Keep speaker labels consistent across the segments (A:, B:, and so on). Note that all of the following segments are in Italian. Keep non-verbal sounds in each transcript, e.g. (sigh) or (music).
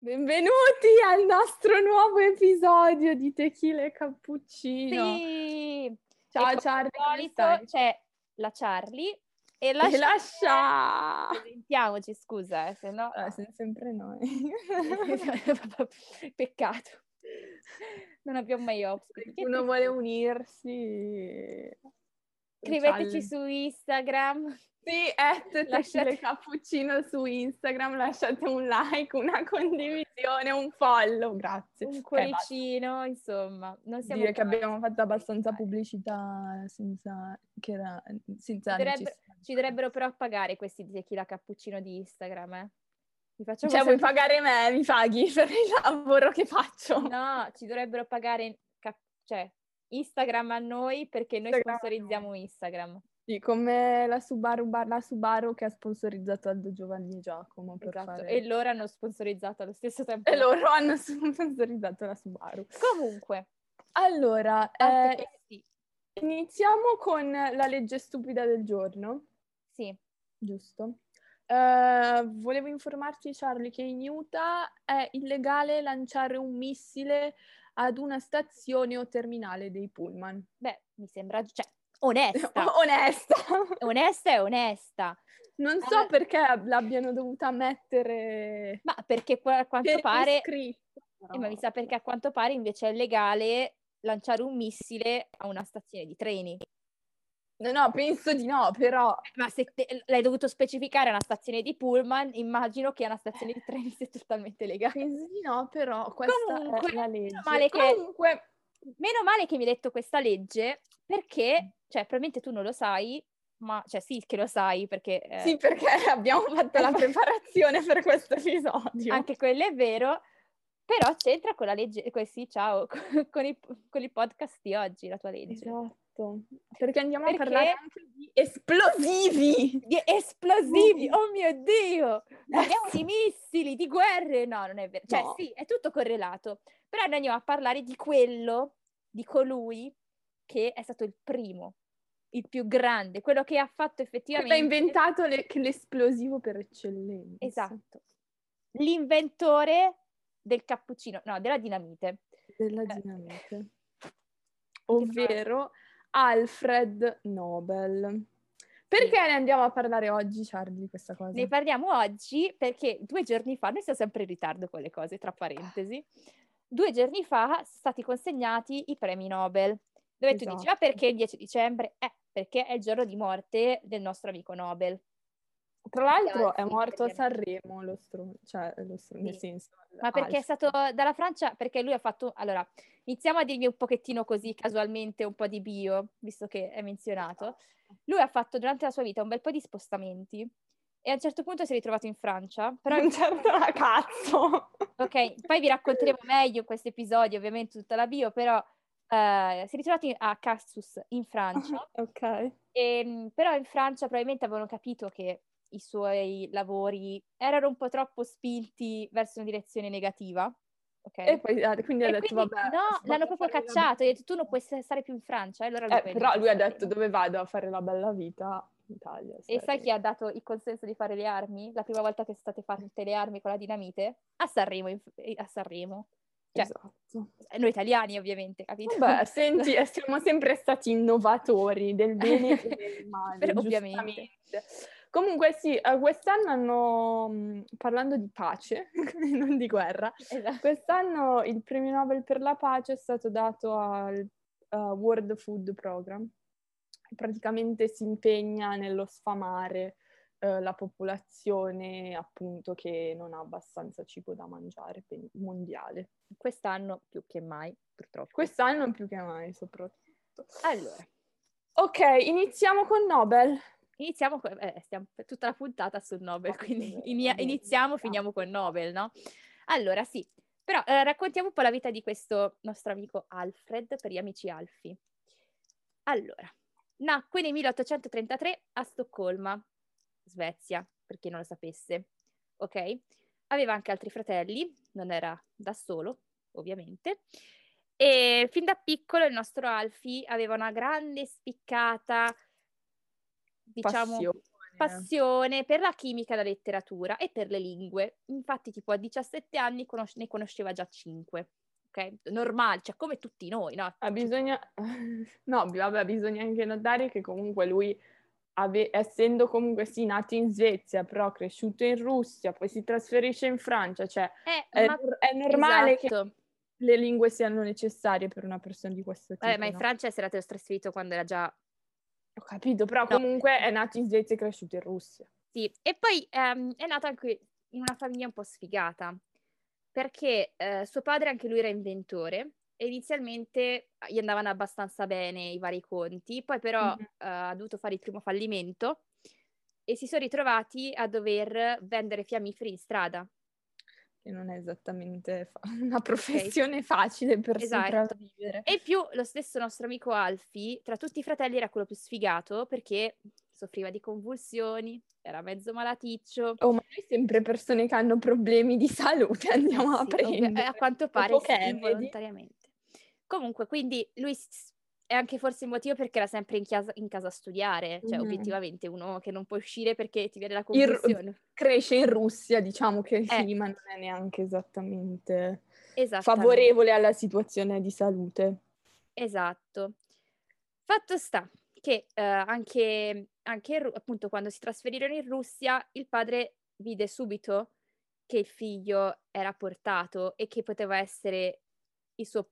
A: Benvenuti al nostro nuovo episodio di Tequila e Cappuccino.
B: Sì!
A: Ciao
B: E come
A: Charlie,
B: al
A: come
B: solito
A: stai?
B: c'è la Charlie e la,
A: E
B: Scia-
A: lascia!
B: Presentiamoci, scusa, eh, se no...
A: Ah, siamo sempre noi.
B: (laughs) Peccato. Non abbiamo mai ospiti. Che
A: Uno
B: tristezza.
A: vuole unirsi.
B: Scriveteci
A: Charlie.
B: su Instagram.
A: Sì, at Tequila
B: Lasciate-
A: e Cappuccino su Instagram, lasciate un like, una (laughs) condivisione, un follow, grazie.
B: Un
A: Ok, Eh, basta.
B: cuoricino, insomma. Non siamo
A: dire che
B: pronti.
A: abbiamo fatto abbastanza
B: Dai.
A: pubblicità senza, che era, senza
B: Dovrebbe-
A: necessità.
B: Ci dovrebbero però pagare questi di tequila cappuccino di Instagram, eh. Vi facciamo
A: Cioè, vuoi
B: sapere-
A: pagare me? Mi paghi (laughs) per il lavoro che faccio? (laughs)
B: No, ci dovrebbero pagare cap- cioè, Instagram a noi perché noi
A: Instagram a
B: sponsorizziamo Instagram.
A: Sì, come la Subaru, bar- la Subaru che ha sponsorizzato Aldo Giovanni e Giacomo per
B: Esatto,
A: fare-
B: E loro hanno sponsorizzato allo stesso tempo.
A: E loro hanno (laughs) sponsorizzato la Subaru.
B: (laughs) Comunque,
A: Allora,
B: altre
A: eh,
B: questi-
A: iniziamo con la legge stupida del giorno,
B: sì,
A: giusto? Eh, volevo informarti, Charlie, che in Utah è illegale lanciare un missile ad una stazione o terminale dei pullman.
B: beh, mi sembra, cioè,
A: (laughs) Oh.
B: onesta,
A: Onesta!
B: onesta e onesta,
A: Non so
B: Eh.
A: perché l'abbiano dovuta mettere
B: ma perché qua- a quanto
A: per
B: pare,
A: iscritto.
B: eh, ma mi sa perché a quanto pare invece è legale lanciare un missile a una stazione di treni.
A: No, no, penso di no, però...
B: Eh, Ma se te- l'hai dovuto specificare a una stazione di pullman, immagino che a una stazione di treni sia totalmente legale.
A: Penso di no, però questa
B: Comunque,
A: è la
B: meno
A: legge.
B: male che-
A: Comunque,
B: Meno male che mi hai detto questa legge perché, cioè, probabilmente tu non lo sai, ma, cioè, sì che lo sai perché... eh,
A: sì, perché
B: (laughs)
A: abbiamo fatto la preparazione per questo episodio.
B: Anche quello è vero, però c'entra con la legge, que- sì, ciao, (laughs) con, i, con i podcast di oggi, la tua legge.
A: Esatto, perché andiamo
B: Perché-
A: a parlare anche di esplosivi.
B: Di esplosivi, oh mio Dio!
A: (laughs)
B: Parliamo di missili, di guerre, no, non è vero. Cioè
A: Ecco. No.
B: sì, è tutto correlato, però noi andiamo a parlare di quello, di colui che è stato il primo, il più grande, quello che ha fatto
A: Aveva
B: effettivamente...
A: inventato le- che l'esplosivo per eccellenza.
B: Esatto. L'inventore del cappuccino, no, della dinamite.
A: Della
B: Eh.
A: dinamite. ovvero Alfred Nobel. Perché ne andiamo a parlare oggi, Charlie, di questa cosa?
B: Ne parliamo oggi perché due giorni fa, noi siamo sempre in ritardo con le cose, tra parentesi, due giorni fa sono stati consegnati i premi Nobel, dove tu dici,
A: Esatto.
B: ma perché il 10 dicembre? Eh, perché è il giorno di morte del nostro amico Nobel.
A: Tra l'altro è
B: Sì,
A: morto a
B: perché-
A: Sanremo lo str- cioè lo str- nel
B: Sì.
A: senso.
B: Ma perché
A: (laughs)
B: è stato dalla Francia? Perché lui ha fatto... Allora, iniziamo a dirvi un pochettino così casualmente un po' di bio, visto che è menzionato.
A: Esatto.
B: Lui ha fatto durante la sua vita un bel po' di spostamenti e a un certo punto si è ritrovato in Francia, però
A: (laughs) Però un certo la cazzo.
B: Ok, poi vi
A: (laughs)
B: racconteremo meglio in questo episodio, ovviamente tutta la bio, però eh, si è ritrovato in- a Cassus in Francia, Eh.
A: ok.
B: e, mh, però in Francia probabilmente avevano capito che i suoi lavori erano un po' troppo spinti verso una direzione negativa, ok?
A: E poi ah, quindi ha
B: E
A: detto
B: quindi,
A: vabbè.
B: no,
A: vado
B: l'hanno
A: a
B: proprio
A: fare la-
B: cacciato, ha detto tu non puoi stare più in Francia, e allora
A: Eh,
B: poi è
A: però lui ha
B: andato a
A: detto
B: Sanremo.
A: dove vado a fare la bella vita in Italia.
B: E sai
A: Sanremo.
B: chi ha dato il consenso di fare le armi? La prima volta che sono state fatte le armi con la dinamite? A Sanremo, in- eh, a Sanremo. cioè-
A: Esatto.
B: Eh, noi italiani ovviamente, capito? (laughs)
A: Vabbè, senti, eh, siamo sempre stati innovatori del bene e
B: (laughs)
A: del male,
B: Però
A: giustamente.
B: ovviamente.
A: Comunque sì, eh, quest'anno hanno, mh, parlando di pace, (laughs) non di guerra,
B: Esatto.
A: quest'anno il premio Nobel per la pace è stato dato al eh, World Food Program. Praticamente si impegna nello sfamare eh, la popolazione appunto che non ha abbastanza cibo da mangiare quindi mondiale.
B: Quest'anno più che mai, purtroppo.
A: Quest'anno più che mai soprattutto.
B: Allora,
A: Ok, iniziamo con Nobel.
B: iniziamo con... eh, stiamo per tutta la puntata sul Nobel,
A: Vabbè,
B: quindi
A: vabbè,
B: (laughs) inia-
A: vabbè,
B: eh, iniziamo,
A: vabbè.
B: finiamo con Nobel, no? Allora, sì. Però eh, raccontiamo un po' la vita di questo nostro amico Alfred, per gli amici Alfi. Allora, nacque nel 1833 a Stoccolma, Svezia, per chi non lo sapesse, ok? Aveva anche altri fratelli, non era da solo, ovviamente. E fin da piccolo il nostro Alfie aveva una grande spiccata, diciamo,
A: Passione.
B: passione per la chimica e la letteratura e per le lingue. Infatti, tipo a 17 anni conos- ne conosceva già 5. Ok? Normale, cioè come tutti noi, no?
A: Ah, (laughs) bisogna... No, bi- vabbè, bisogna anche notare che comunque lui, ave- essendo comunque sì nato in Svezia, però cresciuto in Russia, poi si trasferisce in Francia, cioè
B: Eh,
A: è,
B: ma-
A: è normale che
B: esatto.
A: le lingue siano necessarie per una persona di questo tipo.
B: Vabbè, Eh, ma in
A: no?
B: Francia si era trasferito quando era già
A: Ho capito, però
B: No.
A: comunque è nato in Svezia e cresciuto in Russia.
B: Sì, e poi ehm, è nato anche in una famiglia un po' sfigata, perché eh, suo padre anche lui era inventore e inizialmente gli andavano abbastanza bene i vari conti, poi però
A: Mhm.
B: eh, ha dovuto fare il primo fallimento e si sono ritrovati a dover vendere fiammiferi in strada.
A: che non è esattamente fa- (laughs) una professione facile per
B: Esatto.
A: sopravvivere.
B: E in più lo stesso nostro amico Alfie, tra tutti i fratelli, era quello più sfigato perché soffriva di convulsioni, era mezzo malaticcio.
A: Oh, ma noi sempre persone che hanno problemi di salute (laughs) andiamo
B: Eh
A: a
B: sì, ovvia-
A: prendere.
B: eh, a quanto pare
A: Dopo
B: sì,
A: che, vedi?
B: involontariamente. Comunque, quindi lui s- è anche forse il motivo perché era sempre in chiasa- in casa, a studiare, cioè
A: Mhm.
B: obiettivamente uno che non può uscire perché ti viene la
A: Il-
B: confusione.
A: Cresce in Russia, diciamo che
B: Eh.
A: sì, ma non è neanche esattamente
B: Esatto.
A: favorevole alla situazione di salute.
B: Esatto. Fatto sta che eh, anche, anche in Ru- appunto quando si trasferirono in Russia, il padre vide subito che il figlio era portato e che poteva essere il suo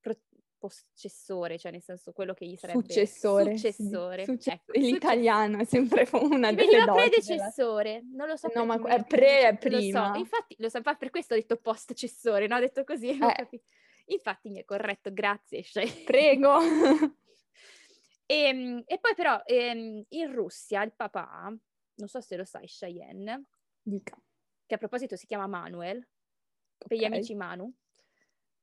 B: pro- possessore, cioè nel senso quello che gli sarebbe
A: Successore. sì.
B: successore.
A: Succe-
B: ecco,
A: L'italiano è sempre (laughs) una
B: mi
A: delle
B: veniva
A: doti. della-
B: predecessore, non lo so.
A: eh, No, ma
B: perché mi
A: è
B: veniva
A: pre- è
B: predece-
A: prima.
B: Lo so, infatti, lo so, infatti per questo ho detto postcessore, no? Ho detto così, non
A: Eh.
B: capi- Infatti mi è corretto, grazie. Shai.
A: Prego. (laughs)
B: Ehm, e, poi però ehm, in Russia il papà, non so se lo sai, Cheyenne,
A: Dica.
B: che a proposito si chiama Manuel, per gli
A: Ok,
B: amici Manu,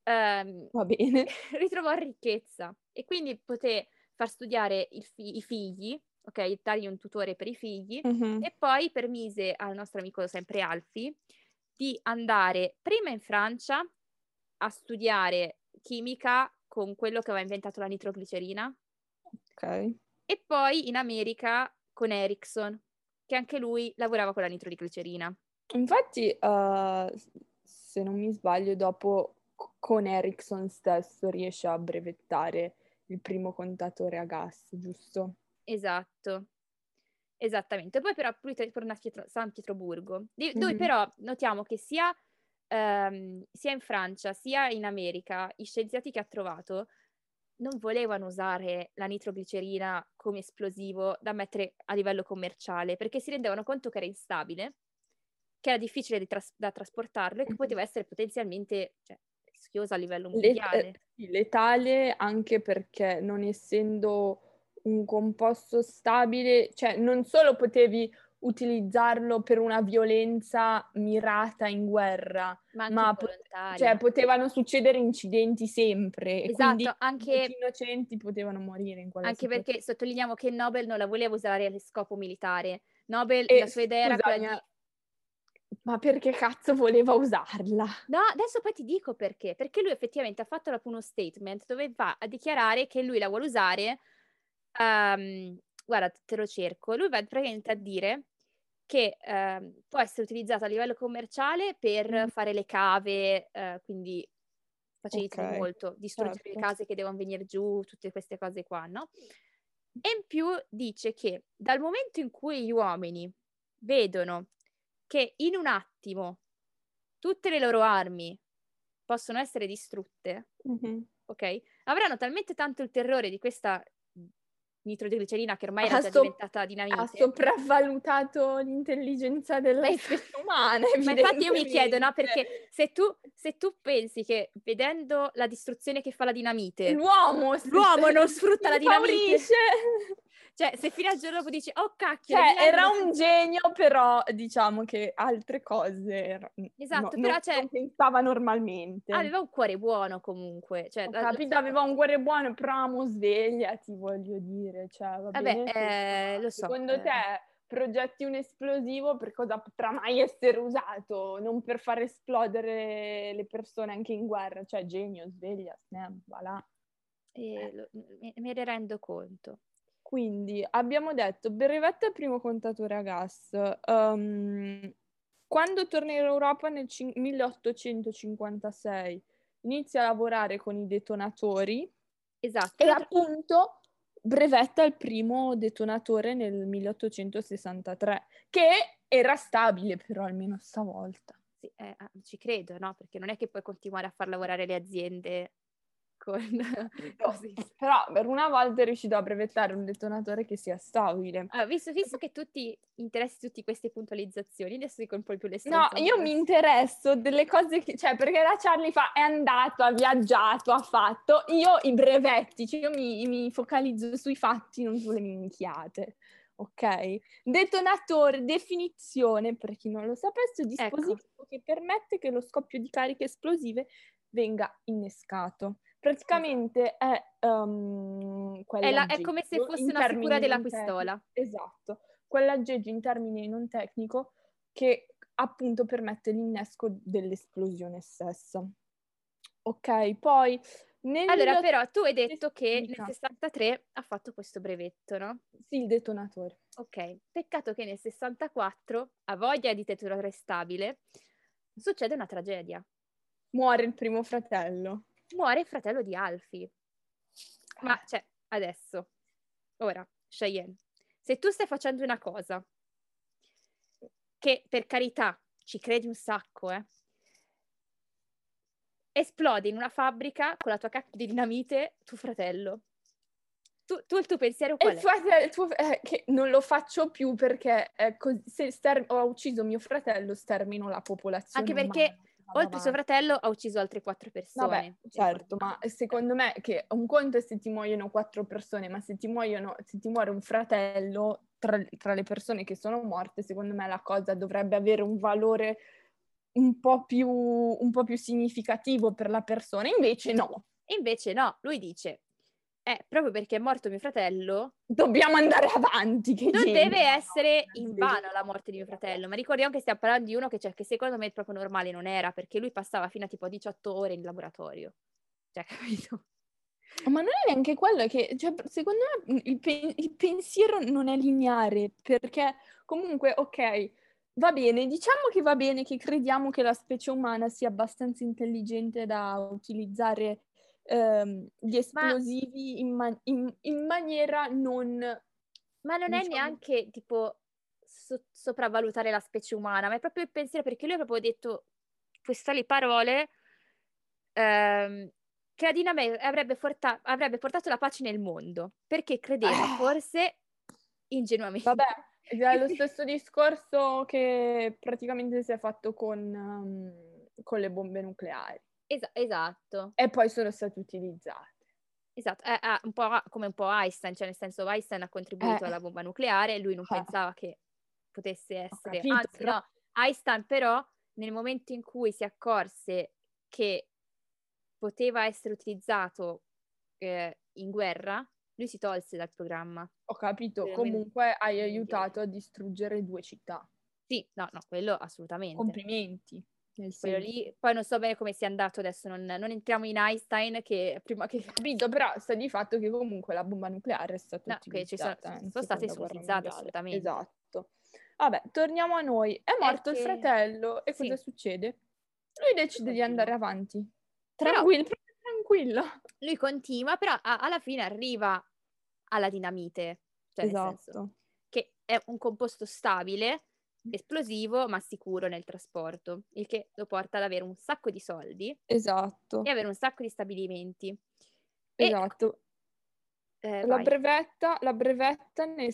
B: ehm, (laughs)
A: Va bene.
B: ritrovò ricchezza e quindi poté far studiare il fi- i figli, ok, dargli un tutore per i figli
A: Mhm.
B: e poi permise al nostro amico sempre Alfie di andare prima in Francia a studiare chimica con quello che aveva inventato la nitroglicerina
A: Ok.
B: e poi in America con Ericsson, che anche lui lavorava con la nitroglicerina.
A: Infatti, eh, se non mi sbaglio, dopo c- con Ericsson stesso riesce a brevettare il primo contatore a gas, giusto?
B: Esatto. Esattamente. Poi però lui torna a Pietro- San Pietroburgo, di- dove
A: Mhm.
B: però notiamo che sia, ehm, sia in Francia sia in America i scienziati che ha trovato non volevano usare la nitroglicerina come esplosivo da mettere a livello commerciale perché si rendevano conto che era instabile, che era difficile di tras- da trasportarlo e che
A: Mhm.
B: poteva essere potenzialmente cioè, rischiosa a livello
A: Le-
B: mondiale.
A: eh, sì, letale anche perché non essendo un composto stabile, cioè non solo potevi utilizzarlo per una violenza mirata in guerra,
B: ma anche
A: ma pot-
B: volontaria.
A: cioè potevano succedere incidenti sempre, e quindi
B: esatto, anche...
A: molti innocenti potevano morire in quella
B: Anche
A: situazione.
B: perché sottolineiamo che Nobel non la voleva usare a scopo militare. Nobel,
A: E
B: la sua idea era quella
A: scusami,
B: di...
A: Ma perché cazzo voleva usarla?
B: No, adesso poi ti dico perché. Perché lui effettivamente ha fatto dopo uno statement dove va a dichiarare che lui la vuole usare... ehm, guarda, te lo cerco. Lui va praticamente a dire che ehm, può essere utilizzata a livello commerciale per
A: Mhm.
B: fare le cave, eh, quindi facilitano
A: Ok,
B: molto, distruggere le
A: certo.
B: case che devono venire giù, tutte queste cose qua, no? E in più dice che dal momento in cui gli uomini vedono che in un attimo tutte le loro armi possono essere distrutte, ok? Avranno talmente tanto il terrore di questa nitroglicerina che ormai era
A: Ha
B: già
A: so-
B: diventata dinamite.
A: Ha sopravvalutato l'intelligenza della
B: Ma inf-
A: specie umana,
B: Ma infatti io mi chiedo, no?
A: evidentemente.
B: Perché se tu, se tu pensi che vedendo la distruzione che fa la dinamite,
A: L'uomo, si-
B: l'uomo non sfrutta la dinamite,
A: infaurisce.
B: cioè se fino al giorno dopo dici, oh cacchio,
A: Cioè,
B: la dinamite
A: era
B: non
A: un genio, però diciamo che altre cose era-
B: Esatto,
A: no,
B: però,
A: non,
B: cioè-
A: non pensava normalmente.
B: (laughs) Aveva un cuore buono comunque. Cioè,
A: Ho
B: la-
A: capito, aveva un cuore buono, però amo svegliati, voglio dire. Cioè, va bene,
B: Vabbè, (laughs) eh,
A: sì, ma
B: lo so,
A: Secondo
B: eh.
A: te progetti un esplosivo per cosa potrà mai essere usato? Non per far esplodere le persone anche in guerra. Cioè, genio, sveglia, snap, va là.
B: eh, lo- me, me ne rendo conto.
A: Quindi abbiamo detto berrivetta e primo contatore a gas. Ehm, quando torna in Europa nel cin- 1856 inizia a lavorare con i detonatori
B: Esatto.
A: e appunto brevetta il primo detonatore nel 1863, che era stabile però almeno stavolta.
B: Sì, eh, ah, ci credo, no? Perché non è che puoi continuare a far lavorare le aziende con... (laughs) così.
A: Però per una volta è riuscito a brevettare un detonatore che sia stabile.
B: Ah, visto, visto che tu ti interessi tutti queste puntualizzazioni, adesso dico un po' più le
A: No,
B: stronzate.
A: io mi interesso delle cose che, cioè, perché la Charlie fa è andato, ha viaggiato, ha fatto. Io i brevetti, cioè io mi, mi focalizzo sui fatti, non sulle minchiate. Ok? Detonatore, definizione, per chi non lo
B: Ecco.
A: sapesse, dispositivo che permette che lo scoppio di cariche esplosive venga innescato. Praticamente è ehm,
B: È, la- è
A: quell'aggeggio
B: come se fosse
A: in
B: una figura
A: termini
B: della
A: non tecnici.
B: pistola.
A: Esatto, quell'aggeggio in termine non tecnico che appunto permette l'innesco dell'esplosione stessa. Ok, poi nel
B: Allora, però, tu hai detto che nel
A: Mica.
B: 63 ha fatto questo brevetto, no?
A: sì, il detonatore.
B: Ok, peccato che nel 64, a voglia di detonatore stabile, succede una tragedia.
A: Muore il primo fratello.
B: Muore il fratello di Alfie. Ma,
A: Ah.
B: cioè, adesso, ora, Cheyenne, se tu stai facendo una cosa che, per carità, ci credi un sacco, eh, esplode in una fabbrica con la tua cacchio di dinamite tuo fratello. Tu, tu il tuo pensiero
A: E
B: qual
A: il
B: è?
A: fratello, il tuo- eh, che non lo faccio più perché eh, cos- se ster- ho ucciso mio fratello, stermino la popolazione.
B: Anche perché
A: umana. Vado
B: Oltre suo
A: avanti.
B: fratello ha ucciso altre quattro persone. esatto.
A: Vabbè, certo, ma secondo me che un conto è se ti muoiono quattro persone, ma se ti muoiono, se ti muore un fratello tra, tra le persone che sono morte, secondo me la cosa dovrebbe avere un valore un po' più, un po' più significativo per la persona, invece no,
B: E invece no, lui dice, eh, proprio perché è morto mio fratello,
A: dobbiamo andare avanti. Che
B: non
A: genio,
B: deve
A: no?
B: essere
A: Non
B: in
A: deve-
B: vano la morte di mio fratello, ma ricordiamo che stiamo parlando di uno che, cioè, che secondo me proprio normale non era, perché lui passava fino a tipo 18 ore in laboratorio. Cioè, (laughs) capito?
A: Ma non è neanche quello che, cioè, secondo me il, pe- il pensiero non è lineare, perché comunque, ok, va bene, diciamo che va bene che crediamo che la specie umana sia abbastanza intelligente da utilizzare ehm, gli esplosivi in, ma- in- in maniera non...
B: Ma non è
A: Diciamo-
B: neanche tipo so- sopravvalutare la specie umana, ma è proprio il pensiero, perché lui ha proprio detto queste le parole ehm, che la dinamite avrebbe, forta- avrebbe portato la pace nel mondo, perché credeva
A: Ah.
B: forse ingenuamente.
A: Vabbè, è lo stesso discorso che praticamente si è fatto con, ehm, con le bombe nucleari
B: (laughs) Esa- esatto.
A: e poi sono state utilizzate.
B: Esatto, è, è un po' a- come un po' Einstein, cioè nel senso Einstein ha contribuito
A: Eh.
B: alla bomba nucleare, lui non
A: Eh.
B: pensava che potesse essere,
A: capito,
B: anzi
A: però-
B: no, Einstein però nel momento in cui si accorse che poteva essere utilizzato eh, in guerra, lui si tolse dal programma.
A: Ho capito,
B: Veramente.
A: comunque hai
B: Veramente.
A: aiutato a distruggere due città.
B: Sì, no, no, quello assolutamente.
A: Complimenti. Nel
B: Quello
A: senso.
B: lì, poi non so bene come sia andato adesso, non, non entriamo in Einstein che prima che... (laughs)
A: Capito, però sta di fatto che comunque la bomba nucleare è stata
B: No, che ci sono-
A: utilizzata. in
B: sono state
A: Seconda Guerra
B: istituzionalizzate,
A: Mondiale.
B: assolutamente. Eh,
A: Esatto. Vabbè, torniamo a noi. È morto il
B: che-
A: fratello e
B: Sì.
A: cosa succede? Lui decide di
B: Continua.
A: andare avanti.
B: Però-
A: Tranquillo, proprio tranquillo.
B: lui continua, però a- alla fine arriva alla dinamite, cioè nel senso
A: esatto.
B: che è un composto stabile,
A: Mm.
B: esplosivo, ma sicuro nel trasporto, il che lo porta ad avere un sacco di soldi
A: Esatto.
B: e avere un sacco di stabilimenti. E-
A: Esatto.
B: Eh,
A: La
B: vai.
A: brevetta, la brevetta nel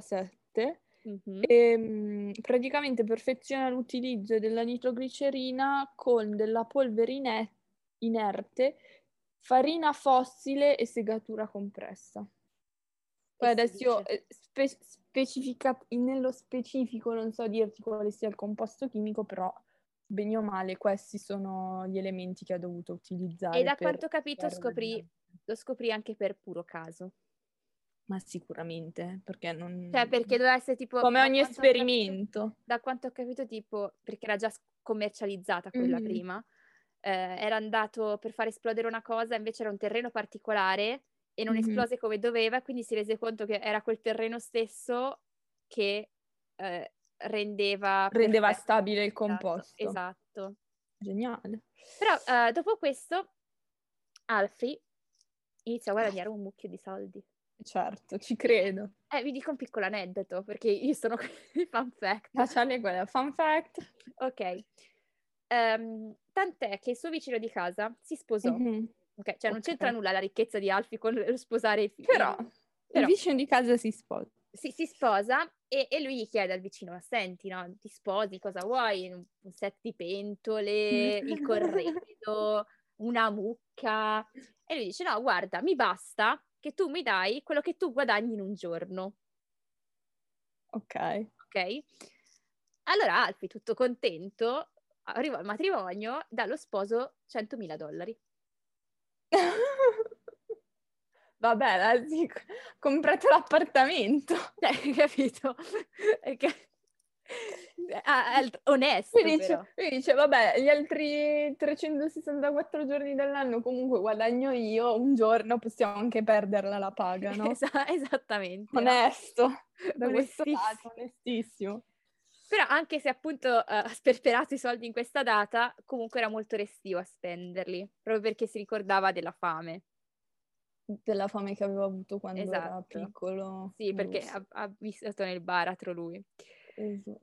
A: 67
B: Mhm.
A: E, mm, praticamente perfeziona l'utilizzo della nitroglicerina con della polvere ine- inerte, farina fossile e segatura compressa. Poi
B: si
A: adesso io,
B: dice?
A: eh, spe- specifica- nello specifico non so dirti quale sia il composto chimico, però bene o male questi sono gli elementi che ha dovuto utilizzare.
B: E da
A: eh, per
B: quanto ho capito
A: creare la
B: scoprì,
A: dinamica.
B: lo scoprì anche per puro caso.
A: Ma sicuramente, perché non...
B: Cioè perché doveva essere tipo...
A: Mm. Come
B: da
A: ogni
B: quanto ho capito-
A: esperimento.
B: da quanto ho capito, tipo, perché era già s- commercializzata quella
A: Mhm.
B: prima, eh, era andato per far esplodere una cosa, invece era un terreno particolare e non
A: Mhm.
B: esplose come doveva, quindi si rese conto che era quel terreno stesso che eh, rendeva...
A: Rendeva
B: perfetto-
A: stabile il composto.
B: Esatto.
A: Geniale.
B: Però eh, dopo questo Alfie inizia a guadagnare un mucchio di soldi.
A: Certo, ci credo.
B: Eh, vi dico un piccolo aneddoto, perché io sono (laughs) il fan fact.
A: La Charlie è quella. Fun fact.
B: Ok. Ehm, tant'è che il suo vicino di casa si sposò.
A: Mhm.
B: Ok, Cioè, non
A: Ok.
B: c'entra nulla la ricchezza di Alfie con lo sposare i figli.
A: Però,
B: Però-
A: il vicino di casa si sposa.
B: si, si sposa e, e lui gli chiede al vicino, ma senti, no, ti sposi, cosa vuoi? Un, un set di pentole, il corredo, una mucca. E lui dice, no, guarda, mi basta che tu mi dai quello che tu guadagni in un giorno,
A: Ok. (laughs)
B: ok? Allora Alfie, tutto contento, arriva al matrimonio, dà allo sposo 100.000 dollari. (laughs)
A: Vabbè, la- sì, co- comprate l'appartamento.
B: Cioè, capito? (laughs) Perché- Ah, è onesto,
A: Lui
B: però.
A: dice, lui dice, vabbè, gli altri 364 giorni dell'anno comunque guadagno io, un giorno possiamo anche perderla la paga, (laughs) no?
B: Esa- esattamente. no?
A: Onesto, da questo
B: Onestissimo.
A: lato, onestissimo.
B: Però anche se appunto eh, ha sperperato i soldi in questa data, comunque era molto restio a spenderli, proprio perché si ricordava della fame.
A: Della fame che avevo avuto quando era
B: Esatto.
A: piccolo.
B: Sì, perché
A: Oh, Giusto,
B: ha, ha vissuto nel baratro lui.
A: esatto.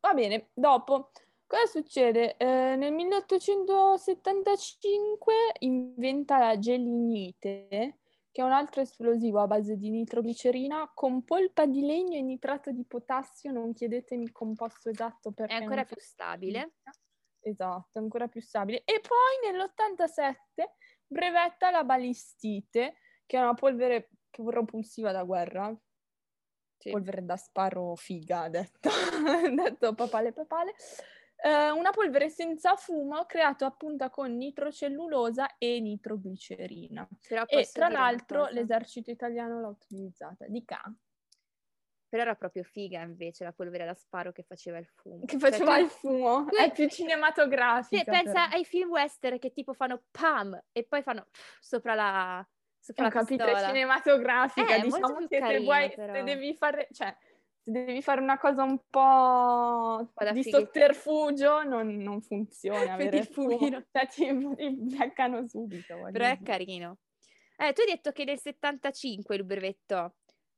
A: Va bene, dopo, cosa succede? Eh, nel 1875 inventa la gelinite, che è un altro esplosivo a base di nitroglicerina con polpa di legno e nitrato di potassio. Non chiedetemi il composto esatto
B: È
A: perché...
B: ancora
A: non
B: più stabile.
A: Esatto, ancora più stabile. E poi nell'87 brevetta la balistite, che è una polvere propulsiva da guerra,
B: Sì.
A: polvere da sparo figa, ha detto, (laughs) ha detto papale papale, Eh, una polvere senza fumo creata appunto con nitrocellulosa e nitroglicerina.
B: Però
A: E
B: posso
A: tra
B: dire una
A: l'altro
B: cosa?
A: l'esercito italiano l'ha utilizzata, di ca.
B: Però era proprio figa invece la polvere da sparo che faceva il fumo.
A: Che
B: Cioè,
A: faceva
B: tu- (laughs)
A: il fumo,
B: tu-
A: è più cinematografica.
B: Sì, pensa
A: però.
B: ai film western che tipo fanno pam e poi fanno sopra la, sopra
A: Ho
B: la
A: capito,
B: pistola.
A: cinematografica,
B: Eh, è molto
A: diciamo
B: più
A: che se
B: carino,
A: vuoi,
B: però.
A: se devi fare, cioè, se devi fare una cosa un po'
B: po' da
A: di
B: fighetta.
A: sotterfugio, non, non funziona.
B: Vedi
A: avere
B: il fumino.
A: (laughs) Cioè, ti, ti beccano subito. voglio
B: Però è
A: dire.
B: carino. Eh, tu hai detto che nel 75 lui brevettò,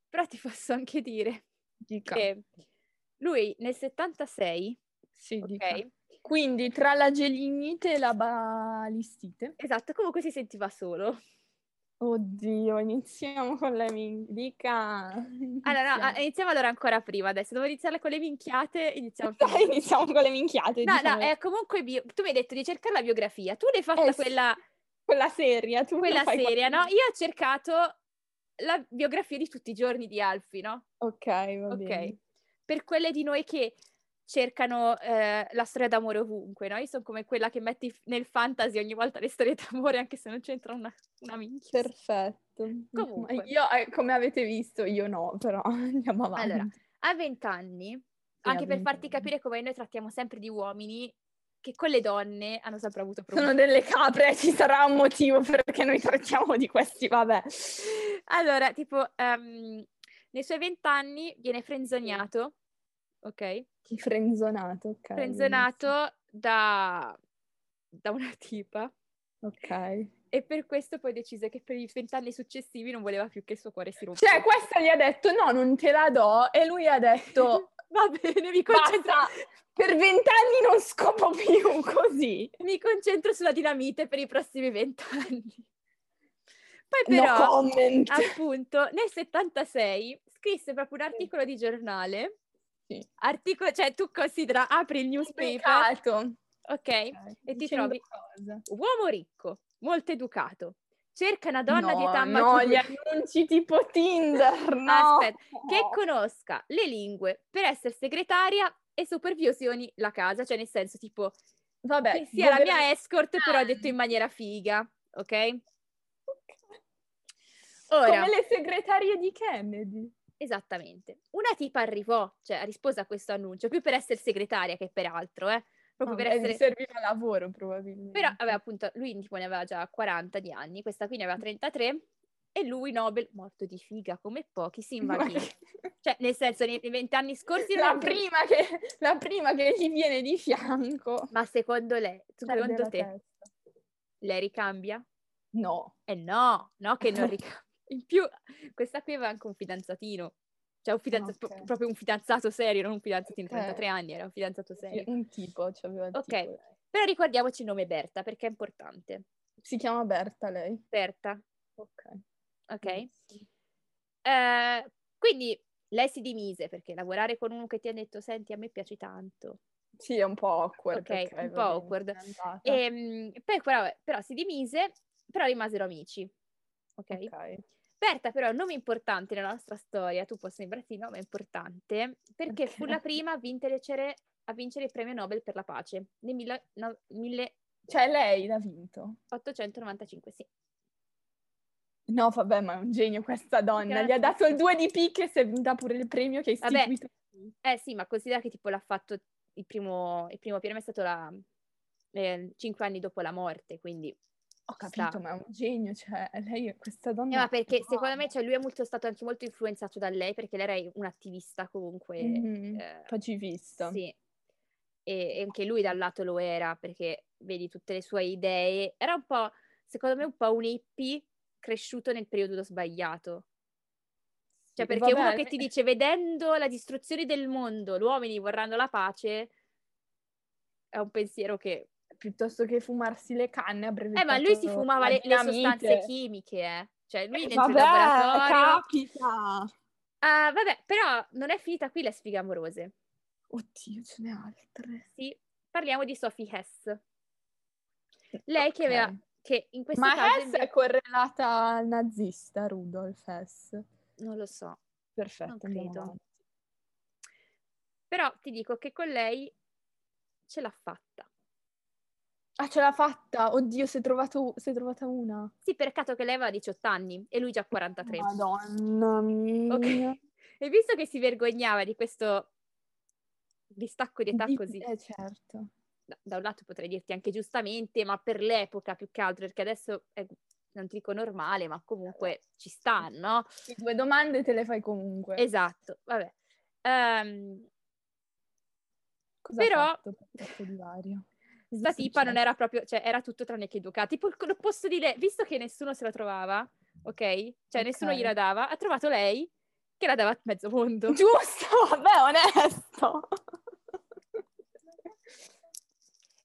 B: però ti (laughs) posso anche dire
A: Dica.
B: che lui nel 76,
A: Sì, dica.
B: ok?
A: Quindi tra la gelinite e la balistite.
B: Esatto, comunque si sentiva solo.
A: Oddio, iniziamo con la min- dica.
B: Allora, Ah, no,
A: iniziamo.
B: ah, iniziamo allora ancora prima adesso. Dovevo iniziare con le minchiate,
A: (laughs)
B: iniziamo.
A: Dai,
B: prima.
A: iniziamo con le minchiate.
B: No,
A: diciamo,
B: no, è comunque bio- tu mi hai detto di cercare la biografia. Tu l'hai fatta
A: Eh, sì.
B: quella,
A: Quella seria, tu
B: quella
A: fai
B: seria, no?
A: qualcosa.
B: Io ho cercato la biografia di tutti i giorni di Alfie, no?
A: Ok, va
B: Ok.
A: bene.
B: per quelle di noi che cercano eh, la storia d'amore ovunque, no? Io sono come quella che metti nel fantasy ogni volta le storie d'amore, anche se non c'entra una, una minchia.
A: Perfetto.
B: Comunque.
A: Io, eh, come avete visto, io no, però (laughs) andiamo avanti.
B: Allora, a vent'anni,
A: Sì,
B: anche
A: a
B: per farti
A: 20.
B: capire come noi trattiamo sempre di uomini che con le donne hanno sempre avuto
A: Sono
B: problemi.
A: delle capre, ci sarà un motivo perché noi trattiamo di questi, vabbè.
B: Allora, tipo, ehm, nei suoi vent'anni viene frenzognato, ok?
A: Eh, Frenzonato, ok.
B: Frenzonato da, da una (laughs) tipa.
A: benissimo. Ok.
B: E per questo poi decise che per i vent'anni successivi non voleva più che il suo cuore si rompesse.
A: Cioè, questa gli ha detto no, non te la do e lui ha (laughs) detto
B: (laughs) va bene, mi concentro,
A: Certo. basta, per vent'anni non scopo più (laughs) così.
B: mi concentro sulla dinamite per i prossimi vent'anni. Poi
A: no
B: però,
A: comment.
B: appunto, nel 76 scrisse proprio un articolo di giornale.
A: Sì.
B: Articolo, cioè tu considera, apri il newspaper,
A: Peccato.
B: ok?
A: E
B: ti trovi-
A: cosa?
B: Uomo ricco, molto educato, cerca una donna di
A: No,
B: età
A: no,
B: matura-
A: gli annunci tipo Tinder,
B: (laughs)
A: no.
B: Aspetta, che conosca le lingue per essere segretaria e supervisioni la casa, cioè nel senso tipo
A: (laughs) Vabbè,
B: che sia la mia escort, però
A: Ah.
B: detto in maniera figa, ok? Ora,
A: (laughs) Come le segretarie di Kennedy.
B: esattamente, una tipa arrivò, cioè rispose a questo annuncio, più per essere segretaria che per altro, eh? Proprio per
A: Vabbè,
B: essere...
A: gli serviva lavoro probabilmente.
B: Però, vabbè, appunto, lui tipo, ne aveva già 40 di anni, questa qui ne aveva 33 E lui, Nobel, morto di figa come
A: (laughs)
B: pochi, si invaghì. Cioè, nel senso, nei nei vent'anni scorsi... non
A: la,
B: aveva-
A: prima che, la prima che gli viene di fianco.
B: Ma secondo lei,
A: perde
B: secondo
A: la
B: te,
A: testa.
B: lei ricambia?
A: No.
B: Eh no, no
A: (laughs)
B: che non ricambia. In più, questa qui aveva anche un fidanzatino. Cioè, un fidanza-
A: ok. Eh.
B: pro- proprio un fidanzato serio, non un fidanzatino di
A: Ok.
B: 33 anni, era un fidanzato serio.
A: Un tipo, cioè aveva il
B: Ok.
A: tipo.
B: Però ricordiamoci il nome Berta, perché è importante.
A: Si chiama Berta lei.
B: Berta,
A: Ok. Mm.
B: ok? Eh, quindi lei si dimise perché lavorare con uno che ti ha detto senti a me piace tanto
A: Sì, è un po' awkward.
B: Ok,
A: va
B: un po'
A: bene,
B: awkward.
A: fidanzata.
B: Ehm, poi però, però si dimise però rimasero amici ok
A: Ok.
B: Berta però è un nome importante nella nostra storia, tu può sembrarti no, ma è importante, perché fu
A: Ok. (laughs)
B: la prima a vincere, a vincere il premio Nobel per la pace nel mille- no-
A: Cioè lei l'ha vinto.
B: 1895, sì.
A: No, vabbè, ma è un genio questa donna. Gli
B: Grazie.
A: ha dato il 2 di picche e si è vinta pure il premio che ha
B: Vabbè.
A: istituito.
B: Eh sì, ma considera che tipo l'ha fatto il primo, il primo premio è stato la, eh, cinque anni dopo la morte, quindi...
A: Ho capito, ma è un genio. Cioè, lei è questa donna.
B: Eh, ma perché secondo
A: wow.
B: me cioè, lui è molto- stato anche molto influenzato da lei, perché lei era un'attivista comunque...
A: Mhm,
B: eh,
A: Pacifista.
B: Sì. E, e anche lui dal lato lo era, perché vedi tutte le sue idee. Era un po', secondo me, un po' un hippie cresciuto nel periodo sbagliato. Cioè,
A: Sì,
B: perché
A: vabbè,
B: uno che ti dice, vedendo la distruzione del mondo, gli uomini vorranno la pace, è un pensiero che...
A: Piuttosto che fumarsi le canne, avrebbe
B: Eh, ma lui si
A: fatto
B: fumava
A: la
B: le, le sostanze
A: dinamite.
B: chimiche, eh. Cioè, lui dentro
A: Vabbè,
B: il laboratorio...
A: capita.
B: Ah, vabbè, però non è finita qui le sfighe amorose.
A: Oddio, ce n'è altre.
B: Sì, parliamo di Sophie Hess. Lei che
A: Ok.
B: aveva che in questo
A: Ma
B: caso
A: Hess
B: inve-
A: è correlata al nazista, Rudolf Hess.
B: non lo so. Non
A: Perfetto, andiamo
B: credo.
A: avanti.
B: Però ti dico che con lei ce l'ha fatta.
A: Ah, ce l'ha fatta! Oddio, si è, trovato- si è trovata una.
B: Sì, peccato che lei aveva 18 anni e lui già 43.
A: Madonna mia.
B: Ok. (laughs) E visto che si vergognava di questo distacco di età
A: Di-
B: così,
A: Eh, certo.
B: da, da un lato potrei dirti anche giustamente, ma per l'epoca più che altro, perché adesso è- non ti dico normale, ma comunque ci sta, no?
A: Le due domande te le fai comunque.
B: Esatto, vabbè. Ehm,
A: Cosa
B: però-
A: ha fatto per questo divario?
B: Sta
A: Sì,
B: tipa non
A: (laughs) certo.
B: era proprio, cioè era tutto tranne che educata. Tipo, il- lo posso dire, visto che nessuno se la trovava, ok? Cioè nessuno
A: Ok.
B: gliela dava, ha trovato lei che la dava a mezzo
A: (laughs)
B: mondo.
A: Giusto! Vabbè, onesto!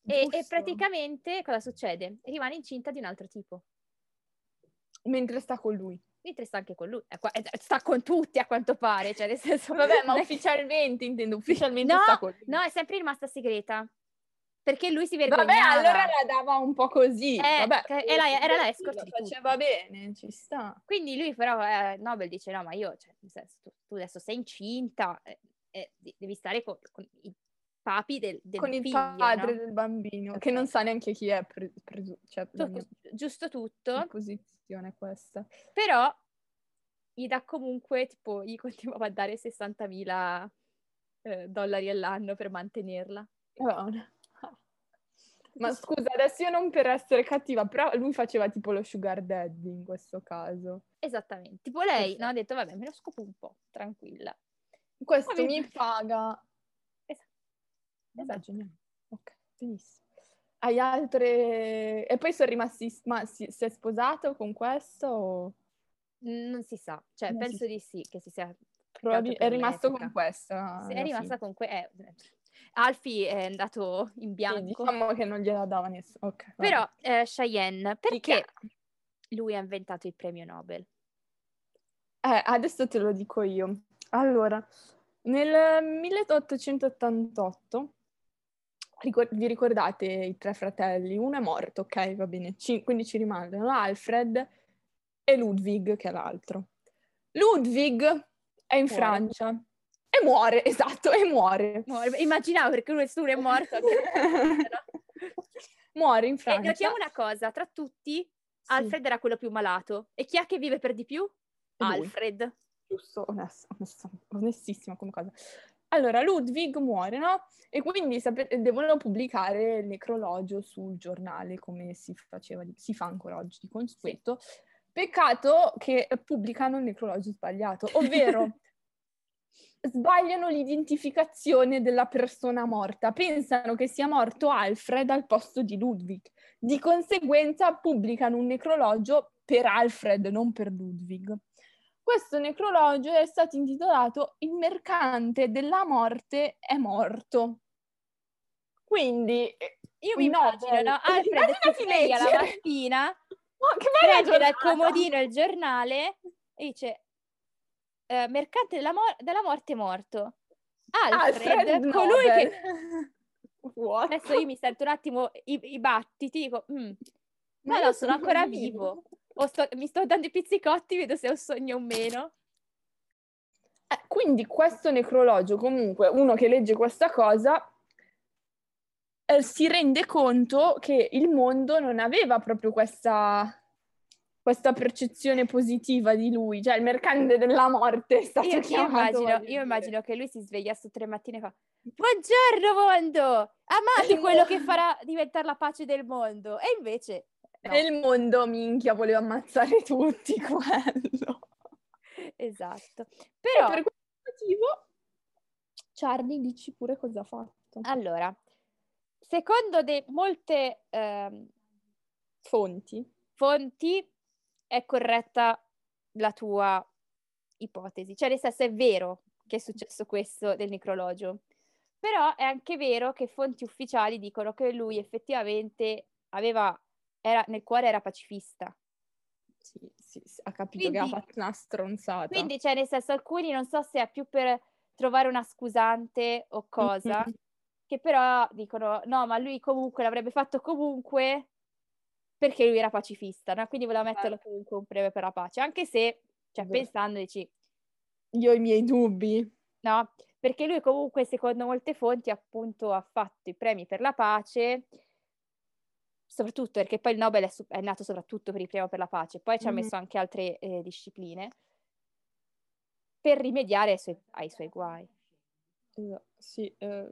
B: E, e
A: Giusto.
B: praticamente cosa succede? Rimane incinta di un altro tipo.
A: Mentre sta con lui.
B: Mentre sta anche con lui, eh, qua- eh, sta con tutti a quanto pare, cioè nel senso...
A: Vabbè,
B: (laughs)
A: ma
B: non è-
A: ufficialmente intendo, ufficialmente
B: No,
A: sta con lui.
B: No, è sempre rimasta segreta. Perché lui si vergognava.
A: Vabbè, allora la dava un po' così.
B: Eh,
A: Vabbè,
B: che- e la- era la escort
A: Lo
B: di tutti.
A: faceva bene, ci sta.
B: Quindi lui però, eh, Nobel dice, no, ma io, cioè, nel senso, tu, tu adesso sei incinta, eh, eh, de- devi stare con, con i papi del, del
A: con il
B: figlio,
A: padre
B: no?
A: del bambino, che
B: Ok.
A: non sa neanche chi è, pre- presu- cioè la
B: Tu-
A: mia
B: giusto tutto,
A: posizione è questa.
B: però gli dà comunque, tipo, gli (laughs) continuava a dare 60.000 eh, dollari all'anno per mantenerla.
A: Vabbè, una- (laughs) Ma scusa, adesso io non per essere cattiva, però lui faceva tipo lo sugar daddy in questo caso.
B: Esattamente. Tipo lei,
A: Perfetto.
B: no, ha detto, vabbè, me lo scopo un po', tranquilla.
A: Questo
B: Vabbè.
A: mi paga.
B: Esatto.
A: Vabbè,
B: Esatto.
A: geniale. Ok, benissimo. Hai altre... E poi sono rimasti... Ma si, si è sposato con questo? o-
B: Non si sa, cioè,
A: Non si
B: penso
A: sa.
B: di sì, che si sia...
A: Probabil-
B: per
A: è rimasto
B: l'epoca.
A: con questa. Ah,
B: Se è
A: alla
B: rimasta
A: fine.
B: con que- eh, Alfie è andato in bianco.
A: Sì, diciamo che non gliela dava nessuno. Ok, vabbè.
B: Però eh, Cheyenne, perché
A: Chi
B: lui ha inventato il premio Nobel?
A: Eh, adesso te lo dico io. Allora, nel 1888, ricor- vi ricordate i tre fratelli? Uno è morto, ok, va bene, Ci- quindi ci rimangono Alfred e Ludwig, che è l'altro. Ludwig è in
B: Muore.
A: Francia e muore, (laughs) esatto, e muore.
B: No, eh, immaginavo perché nessuno è morto.
A: (laughs) Muore in
B: e
A: Francia.
B: Eh, notiamo una cosa, tra tutti
A: Sì,
B: Alfred era quello più malato. E chi è che vive per di più?
A: lui.
B: Alfred.
A: giusto, onesto, onesto- onestissima come cosa. Allora, Ludwig muore, no? E quindi sapete, devono pubblicare il necrologio sul giornale, come si faceva, di- si fa ancora oggi di consueto. Peccato che pubblicano il necrologio sbagliato, ovvero sbagliano l'identificazione della persona morta, pensano che sia morto Alfred al posto di Ludwig, di conseguenza pubblicano un necrologio per Alfred, non per Ludwig. Questo necrologio è stato intitolato Il mercante della morte è morto. Quindi eh,
B: Io mi immagino,
A: Nobel. (laughs)
B: no? Alfred si
A: Immaginati
B: sveglia la
A: leggere.
B: mattina,
A: Oh, che bella
B: prende dal
A: giornata!
B: comodino il giornale e dice eh, mercante della, mor- della morte è morto. Alfred,
A: Alfred
B: colui che
A: Nobel. (laughs) What?
B: Adesso io mi sento un attimo i, i battiti, dico, "Mm, no, no, sono ancora vivo. O sto- mi sto dando i pizzicotti, vedo se è un sogno o meno.
A: Eh, quindi questo necrologio, comunque, uno che legge questa cosa eh, si rende conto che il mondo non aveva proprio questa, questa percezione positiva di lui, cioè il mercante della morte è stato
B: Io, io
A: chiamato.
B: immagino,
A: voglio
B: io
A: dire.
B: immagino che lui si sveglia su tre mattine e fa Buongiorno mondo!
A: (laughs)
B: Amate quello che farà diventare la pace del mondo! E invece no.
A: E il mondo, minchia, voleva ammazzare tutti (laughs) quello.
B: Esatto.
A: E
B: Però,
A: per questo motivo, Charlie, dici pure cosa ha fatto.
B: allora, secondo de- molte ehm,
A: Fonti.
B: fonti è corretta la tua ipotesi, cioè nel senso è vero che è successo questo del necrologio, però è anche vero che fonti ufficiali dicono che lui effettivamente aveva, era, nel cuore era pacifista,
A: Sì, sì, sì, ha capito
B: Quindi-
A: che ha fatto una stronzata.
B: quindi cioè nel senso alcuni non so se è più per trovare una scusante o cosa,
A: Mhm.
B: che però dicono no ma lui comunque l'avrebbe fatto comunque perché lui era pacifista, no? quindi voleva metterlo comunque un premio per la pace, anche se, cioè
A: Certo. Vero.
B: pensandoci,
A: Io ho i miei dubbi.
B: no? Perché lui comunque, secondo molte fonti, appunto, ha fatto i premi per la pace, soprattutto perché poi il Nobel è, su- è nato soprattutto per il premio per la pace, poi ci ha
A: Mhm.
B: messo anche altre eh, discipline per rimediare ai suoi, ai suoi guai.
A: Eh, Sì, eh,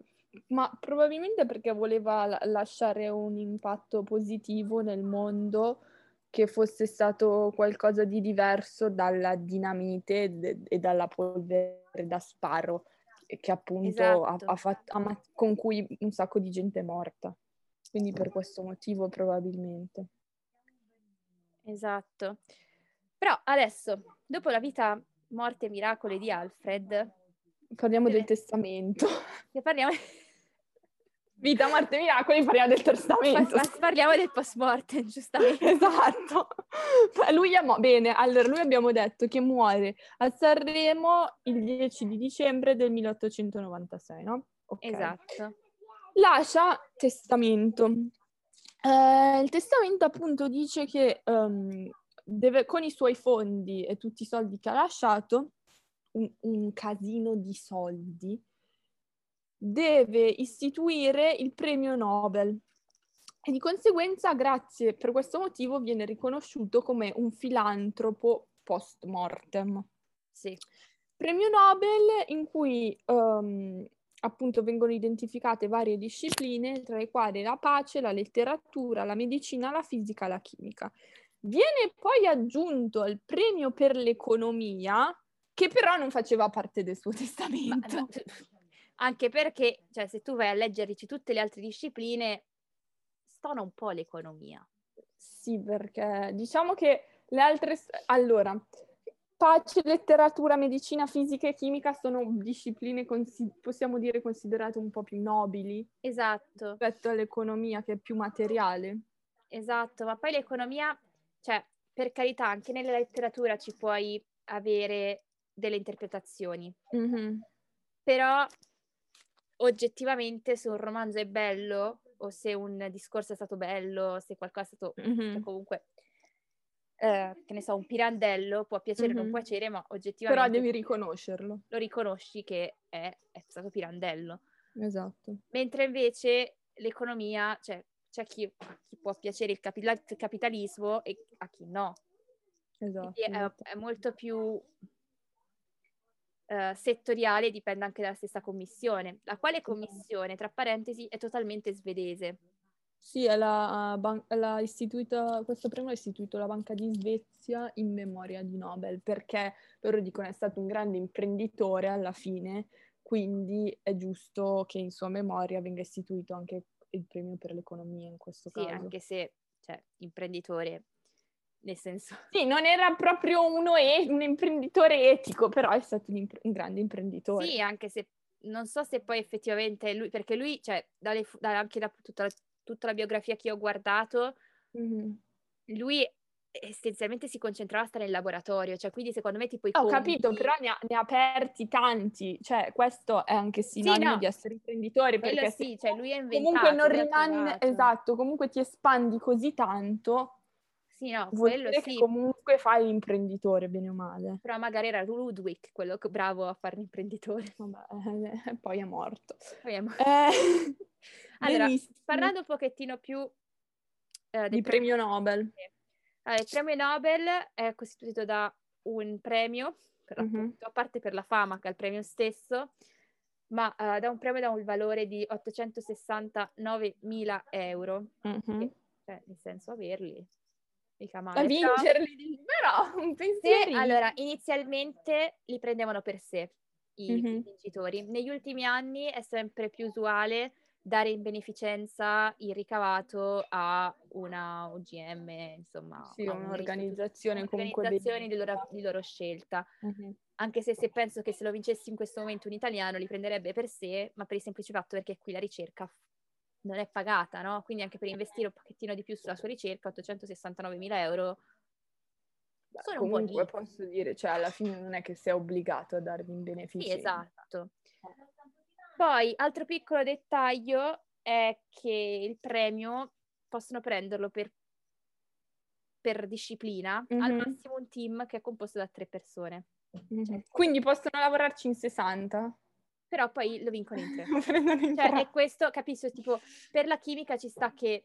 A: ma probabilmente perché voleva la- lasciare un impatto positivo nel mondo che fosse stato qualcosa di diverso dalla dinamite de- e dalla polvere da sparo che appunto ha-
B: Esatto.
A: ha fatto- ha ma- con cui un sacco di gente è morta. Quindi per questo motivo probabilmente.
B: Esatto. Però adesso, dopo la vita, morte e miracoli di Alfred,
A: Parliamo del
B: Bene.
A: testamento.
B: ne parliamo...
A: Vita, morte, miracoli, parliamo del testamento. (laughs)
B: pas- (laughs) parliamo del post mortem, giustamente.
A: Esatto. Ma Lui è mo- Bene, allora lui abbiamo detto che muore a Sanremo il 10 di dicembre del 1896, no? Ok.
B: Esatto.
A: Lascia testamento. Eh, il testamento appunto dice che ehm, deve- con i suoi fondi e tutti i soldi che ha lasciato, un, un casino di soldi, deve istituire il premio Nobel. E di conseguenza, grazie per questo motivo, viene riconosciuto come un filantropo post mortem
B: Sì.
A: premio Nobel in cui ehm, appunto vengono identificate varie discipline, tra le quali la pace, la letteratura, la medicina, la fisica, la chimica. Viene poi aggiunto il premio per l'economia, che però non faceva parte del suo
B: Ma-
A: testamento.
B: ma- anche perché, cioè, se tu vai a leggerci tutte le altre discipline, stona un po' l'economia.
A: Sì, perché diciamo che le altre... s- Allora, pace, letteratura, medicina, fisica e chimica sono discipline, consi- possiamo dire, considerate un po' più nobili.
B: Esatto,
A: rispetto all'economia che è più materiale.
B: esatto, ma poi l'economia, cioè, per carità, anche nella letteratura ci puoi avere delle interpretazioni,
A: Mm-hmm,
B: però oggettivamente se un romanzo è bello o se un discorso è stato bello, se qualcosa è stato
A: mm-hmm.
B: cioè, comunque eh, che ne so, un pirandello può piacere o non
A: Mhm.
B: piacere, ma oggettivamente
A: Però devi riconoscerlo.
B: lo riconosci che è, è stato pirandello.
A: Esatto.
B: Mentre invece l'economia, cioè c'è chi, a chi può piacere il, capi- il capitalismo e a chi no.
A: esatto.
B: Quindi è, è molto più eh, settoriale e dipende anche dalla stessa commissione, la quale commissione, tra parentesi, è totalmente svedese.
A: Sì, è la, eh, ban- la istituita, questo premio è istituito la Banca di Svezia in memoria di Nobel, perché loro dicono è stato un grande imprenditore alla fine, quindi è giusto che in sua memoria venga istituito anche il premio per l'economia in questo
B: Sì,
A: caso.
B: anche se, cioè, imprenditore, nel senso...
A: Sì, non era proprio uno e- un imprenditore etico, però è stato un, impre- un grande imprenditore.
B: Sì, anche se non so se poi effettivamente lui, perché lui, cioè, dalle fu- da- anche da tutta la, tutta la biografia che io ho guardato,
A: Mhm.
B: lui essenzialmente si concentrava a stare in laboratorio, cioè quindi secondo me tipo i
A: Ah, Ho
B: conti-
A: capito, però ne ha, ne ha aperti tanti, cioè questo è anche sinonimo
B: no.
A: di essere imprenditore,
B: Quello
A: perché
B: sì,
A: se
B: cioè lui ha inventato.
A: comunque non
B: lui ha
A: rimane,
B: trovato.
A: esatto, comunque ti espandi così tanto,
B: Sì, no,
A: vuol
B: quello
A: dire
B: sì,
A: che comunque fai l'imprenditore, bene o male.
B: però magari era Ludwig quello che- bravo a fare (laughs) l'imprenditore.
A: Vabbè, eh, poi è morto.
B: Vediamo.
A: Eh,
B: (laughs) Allora,
A: benissimo,
B: Parlando un pochettino più eh, del
A: di premio Nobel.
B: Allora, il premio Nobel è costituito da un premio, per
A: Mhm.
B: l'appunto, a parte per la fama che è il premio stesso, ma eh, da un premio da un valore di 869.000 euro,
A: Mhm.
B: cioè nel senso averli, mica
A: A
B: male. Però-
A: vincerli, però (laughs) un
B: se-
A: pensiero.
B: allora, inizialmente li prendevano per sé i
A: Mhm.
B: vincitori. Negli ultimi anni è sempre più usuale dare in beneficenza il ricavato a una OGM, insomma,
A: Sì,
B: a un
A: un'organizzazione
B: istituto-
A: comunque
B: un'organizzazione di
A: benefica.
B: loro, di loro scelta.
A: Mhm.
B: Anche se, se penso che se lo vincessi in questo momento un italiano li prenderebbe per sé, ma per il semplice fatto perché qui la ricerca f- non è pagata, no? Quindi anche per investire un pochettino di più sulla sua ricerca, 869.000 euro
A: Beh,
B: sono un buon
A: comunque
B: inizio.
A: posso dire, cioè alla fine non è che sei obbligato a darvi in beneficio.
B: Sì, esatto. Poi, altro piccolo dettaglio è che il premio possono prenderlo per, per disciplina, al
A: Mhm.
B: massimo un team che è composto da tre persone,
A: Mhm.
B: Esatto.
A: Quindi possono lavorarci in 60.
B: però poi lo vincono (laughs) in tre.
A: (laughs) Prendono in
B: Cioè,
A: tre.
B: è questo, capisco, tipo, per la chimica ci sta che...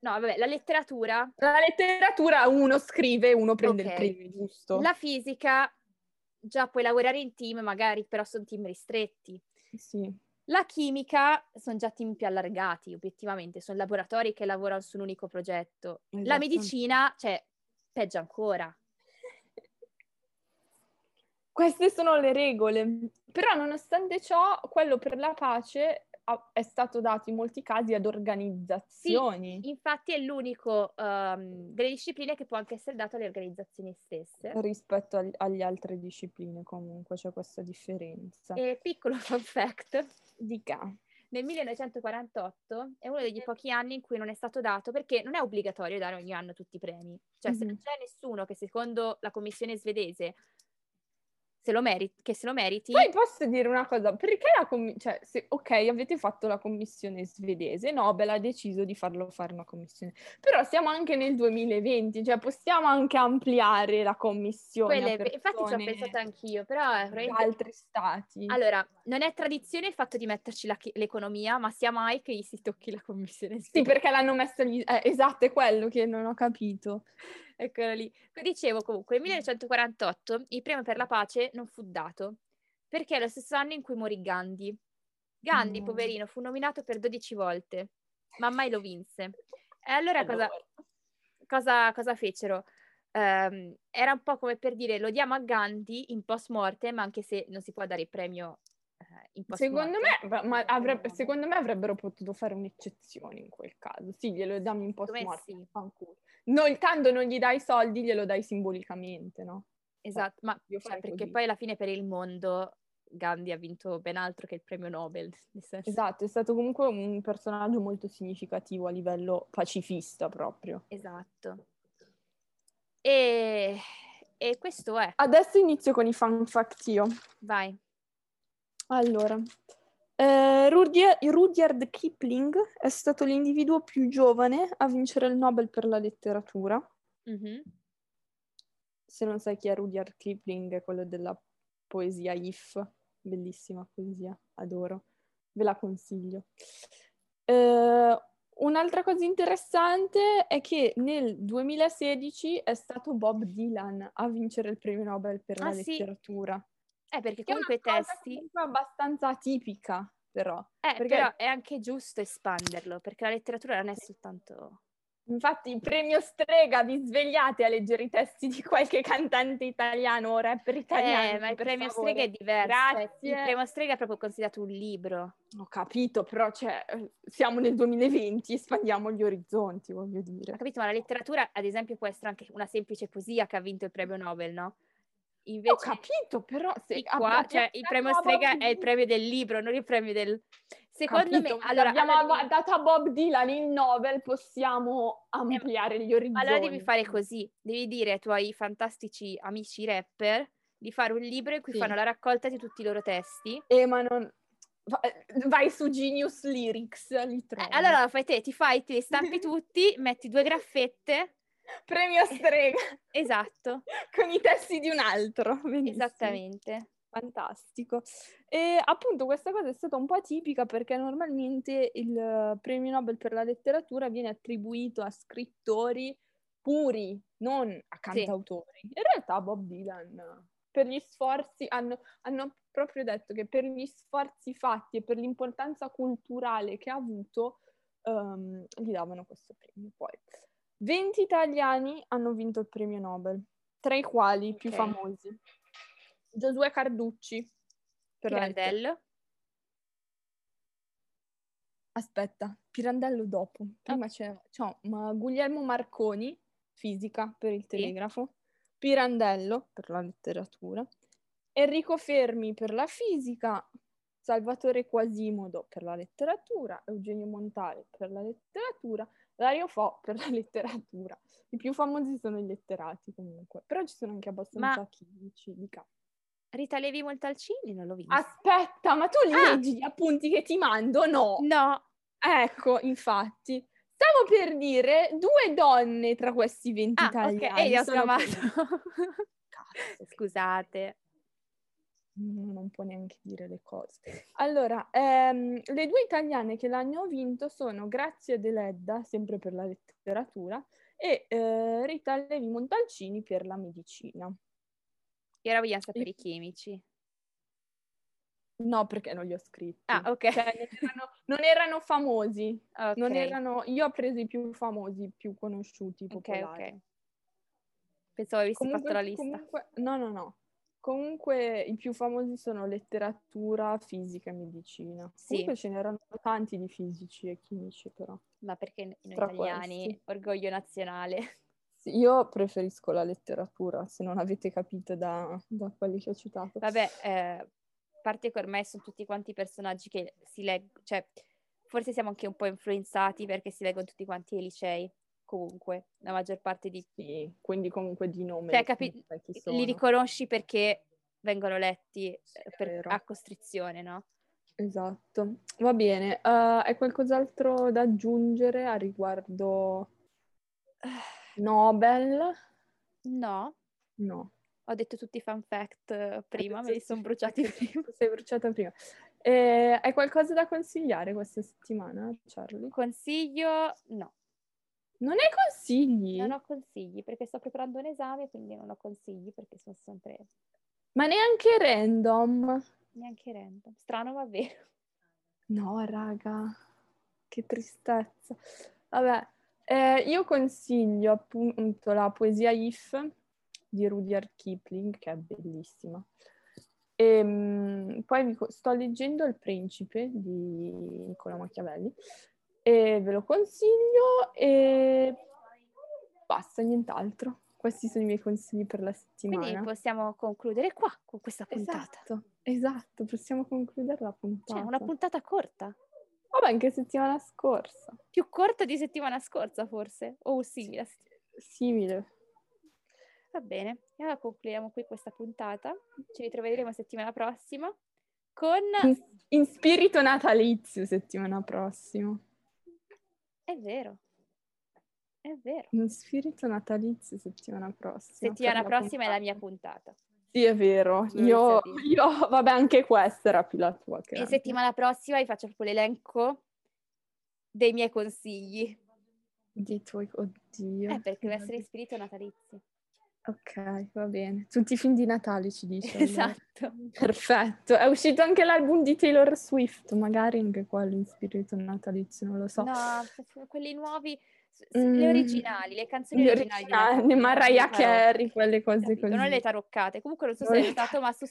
B: No, vabbè, la letteratura,
A: La letteratura uno scrive, uno prende
B: Ok.
A: il premio, giusto?
B: la fisica, già puoi lavorare in team magari, però sono team ristretti.
A: Sì.
B: La chimica sono già team più allargati, obiettivamente, sono laboratori che lavorano su un unico progetto. La
A: Esatto.
B: medicina, cioè, peggio ancora.
A: Queste sono le regole. Però nonostante ciò, quello per la pace ha- è stato dato in molti casi ad organizzazioni.
B: Infatti è l'unico ehm, delle discipline che può anche essere dato alle organizzazioni stesse.
A: rispetto ag- agli altre discipline comunque c'è questa differenza.
B: E piccolo fun fact,
A: Dica.
B: nel 1948 è uno degli pochi anni in cui non è stato dato perché non è obbligatorio dare ogni anno tutti i premi. Cioè se
A: Mhm.
B: non c'è nessuno che secondo la commissione svedese se lo meriti, che se lo meriti...
A: Poi posso dire una cosa, perché la commissione, cioè, se- ok, avete fatto la commissione svedese, Nobel ha deciso di farlo fare una commissione, però siamo anche nel 2020, cioè possiamo anche ampliare la commissione.
B: Quelle-
A: a persone
B: infatti ci ho pensato anch'io, però eh,
A: di
B: probabilmente-
A: altri stati.
B: allora, non è tradizione il fatto di metterci la chi- l'economia, ma sia mai che gli si tocchi la commissione.
A: Sì, perché l'hanno messo gli... eh, esatto, è quello che non ho capito.
B: Eccolo lì. Dicevo comunque,
A: Mm.
B: nel 1948 il premio per la pace non fu dato, perché è lo stesso anno in cui morì Gandhi. Gandhi,
A: No.
B: poverino, fu nominato per 12 volte, ma mai lo vinse. E allora cosa, cosa- cosa fecero? Ehm, era un po' come per dire lo diamo a Gandhi in post mortem, anche se non si può dare il premio eh, in post
A: Secondo
B: mortem.
A: me, ma avre- secondo me avrebbero potuto fare un'eccezione in quel caso. Sì, glielo diamo in post
B: Secondo me
A: mortem.
B: sì.
A: fanculo. Non- tanto non gli dai i soldi, glielo dai simbolicamente, no?
B: Esatto, ma
A: Io
B: cioè,
A: farei
B: perché
A: così.
B: poi alla fine per il mondo Gandhi ha vinto ben altro che il premio Nobel. (laughs) nel senso-
A: Esatto, è stato comunque un personaggio molto significativo a livello pacifista proprio.
B: Esatto. E, e questo è,
A: Adesso inizio con i fan fact io.
B: vai.
A: Allora, eh, Rudyard, Rudyard Kipling è stato l'individuo più giovane a vincere il Nobel per la letteratura.
B: Mhm.
A: se non sai chi è Rudyard Kipling, è quello della poesia If, bellissima poesia, adoro, ve la consiglio. Eh, un'altra cosa interessante è che nel 2016 è stato Bob Dylan a vincere il premio Nobel per
B: Ah,
A: la
B: sì.
A: letteratura.
B: Eh, perché
A: Che è
B: comunque i
A: una cosa
B: testi...
A: comunque abbastanza atipica. però.
B: Eh,
A: Perché-
B: però è anche giusto espanderlo, perché la letteratura non è soltanto...
A: Infatti, il premio strega, vi svegliate a leggere i testi di qualche cantante italiano o rapper italiano.
B: Eh, ma il
A: per
B: premio
A: favore.
B: strega è diverso. eh.
A: Grazie.
B: Il premio strega è proprio considerato un libro.
A: Ho capito, però cioè, eh, siamo nel 2020, espandiamo gli orizzonti, voglio dire.
B: Ho capito, ma la letteratura, ad esempio, può essere anche una semplice poesia che ha vinto il premio Nobel, no?
A: Ho
B: Invece
A: capito, però se
B: di cioè, qua, cioè, il premio strega è il premio del libro, non il premio del... Secondo me, allora,
A: abbiamo
B: allora, devi- Eh,
A: dato a Bob Dylan il Nobel, possiamo ampliare gli orizzonti.
B: allora devi fare così, devi dire ai tuoi fantastici amici rapper di fare un libro in cui
A: Sì.
B: fanno la raccolta di tutti i loro testi.
A: Eh, ma non... va- eh, Vai su Genius Lyrics, li
B: Eh,
A: trovi.
B: allora lo fai te, ti fai, te li
A: (laughs)
B: stampi tutti, metti due graffette,
A: Premio strega (laughs)
B: esatto,
A: con i testi di un altro. Benissimo.
B: esattamente.
A: Fantastico. E appunto questa cosa è stata un po' atipica perché normalmente il eh, premio Nobel per la letteratura viene attribuito a scrittori puri, non a cantautori. In realtà Bob Dylan eh, per gli sforzi hanno, hanno proprio detto che per gli sforzi fatti e per l'importanza culturale che ha avuto ehm, gli davano questo premio. Poi 20 italiani hanno vinto il premio Nobel, tra i quali i più
B: Ok.
A: famosi. Giosuè Carducci. per la lettera-
B: Pirandello,
A: Aspetta, Pirandello dopo. Prima c'è, c'ho, ma Guglielmo Marconi, fisica per il telegrafo. Pirandello per la letteratura. Enrico Fermi per la fisica. Salvatore Quasimodo per la letteratura, Eugenio Montale per la letteratura, Dario Fo per la (laughs) letteratura. I più famosi sono i letterati comunque, però ci sono anche abbastanza chimici di campo.
B: Rita Levi Montalcini, non l'ho visto.
A: Ah, Aspetta, ma tu
B: Ah.
A: leggi gli appunti che ti mando? No.
B: no,
A: Ecco, infatti. Stavo per dire due donne tra questi 20
B: ah, ok,
A: italiani.
B: e io ho
A: sono (laughs)
B: chiamato.
A: quelle- Cazzo, che-
B: Scusate.
A: Mm, non può neanche dire le cose. Allora, ehm, le due italiane che l'hanno vinto sono Grazia Deledda, sempre per la letteratura, e eh, Rita Levi Montalcini per la medicina.
B: Io ora vogliamo sapere i chimici.
A: No, perché non li ho scritti.
B: Ah, ok.
A: Cioè, non erano- non erano famosi,
B: Cioè, Ok,
A: Non erano, io ho preso i più famosi, i più conosciuti,
B: ok,
A: popolari.
B: ok. Pensavo avessi
A: Comunque,
B: fatto la lista.
A: comunque- no, no, no. Comunque i più famosi sono letteratura, fisica e medicina.
B: Sì.
A: Comunque ce n'erano tanti di fisici e chimici, però.
B: Ma perché noi
A: Tra
B: italiani,
A: questi.
B: orgoglio nazionale.
A: Sì, io preferisco la letteratura, se non avete capito da, da quelli che ho citato.
B: Vabbè, eh, a parte che ormai sono tutti quanti personaggi che si leggono, cioè forse siamo anche un po' influenzati perché si leggono tutti quanti ai licei, comunque, la maggior parte di...
A: Sì, quindi comunque di nome.
B: Cioè, capi-
A: non sai chi sono.
B: Li riconosci perché vengono letti eh,
A: Sì, è
B: per-
A: vero.
B: a costrizione, no?
A: Esatto, va bene. Eh, hai qualcos'altro da aggiungere a riguardo
B: Eh.
A: Nobel?
B: No,
A: No.
B: ho detto tutti i fan fact eh, prima, me li
A: Adesso-
B: sono
A: (laughs)
B: bruciati prima.
A: Sei bruciata prima. Eh, hai qualcosa da consigliare questa settimana, Charlie?
B: Consiglio? No,
A: Non hai consigli?
B: non ho consigli perché sto preparando un esame, quindi non ho consigli perché sono sempre
A: Ma neanche random?
B: neanche random. Strano, ma vero.
A: No, raga, che tristezza. Vabbè, eh, io consiglio appunto la poesia If di Rudyard Kipling, che è bellissima. Ehm, poi vi co- sto leggendo Il Principe di Niccolo Machiavelli e ve lo consiglio e basta, nient'altro. Questi sono i miei consigli per la
B: Quindi
A: settimana.
B: possiamo concludere qua con questa puntata.
A: Esatto, esatto, possiamo concludere la
B: Cioè,
A: puntata.
B: una puntata corta,
A: Vabbè, anche settimana scorsa.
B: più corta di settimana scorsa forse, o simile.
A: Simile.
B: Va bene, e allora concludiamo qui questa puntata. Ci ritroveremo settimana prossima con...
A: In, in spirito natalizio settimana prossima.
B: È vero, è vero.
A: In spirito natalizio settimana prossima.
B: Settimana
A: per la
B: prossima è la
A: puntata.
B: mia puntata.
A: Sì, è vero.
B: Non
A: Io,
B: lo
A: io, vabbè, anche questa era più la tua. che
B: E
A: era-
B: settimana prossima vi faccio proprio l'elenco dei miei consigli.
A: Dei tuoi, oddio.
B: Eh, perché deve essere in spirito natalizio.
A: Ok, va bene. Tutti i film di Natale ci
B: (laughs)
A: dici. allora.
B: Esatto.
A: Perfetto. È uscito anche l'album di Taylor Swift, magari anche quello in spirito natalizio, non lo so.
B: No, f- f- quelli nuovi, s- s-
A: Mm.
B: le originali, le canzoni
A: Gli
B: originali. di
A: originali,
B: Natale, Esatto.
A: Mariah
B: le taroccate,
A: Carey, quelle cose
B: capito?
A: così.
B: Non le taroccate. Comunque non so
A: Non
B: se
A: le
B: hai notato, ma su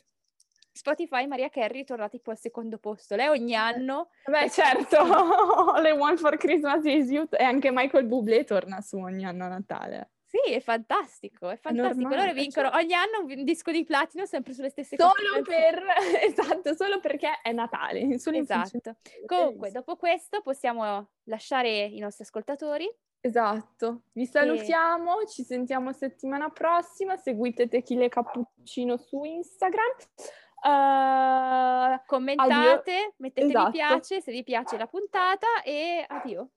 B: Spotify Maria Carey è tornata tipo al secondo posto. Lei
A: Eh.
B: ogni anno...
A: Beh, certo, (laughs) le One for Christmas is You e anche Michael Bublé torna su ogni anno a Natale.
B: Sì, è fantastico, è fantastico.
A: normale,
B: Loro vincono
A: cioè-
B: ogni anno un disco di platino sempre sulle stesse
A: Solo
B: canzoni.
A: per, (laughs) esatto, solo perché è Natale. (laughs) Solo in funzione-
B: Esatto. Comunque, dopo questo possiamo lasciare i nostri ascoltatori.
A: Esatto, vi salutiamo, ci sentiamo settimana prossima, seguite Tequila e Cappuccino su Instagram. Eh,
B: Commentate, mettete
A: Esatto.
B: mi piace se vi piace la puntata e addio.